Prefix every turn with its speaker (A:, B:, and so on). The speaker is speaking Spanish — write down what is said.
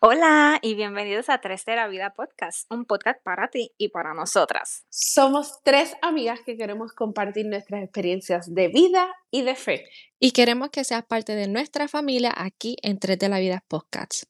A: Hola y bienvenidos a Tres de la Vida Podcast, un podcast para ti y para nosotras.
B: Somos tres amigas que queremos compartir nuestras experiencias de vida y de fe.
C: Y queremos que seas parte de nuestra familia aquí en Tres de la Vida Podcast.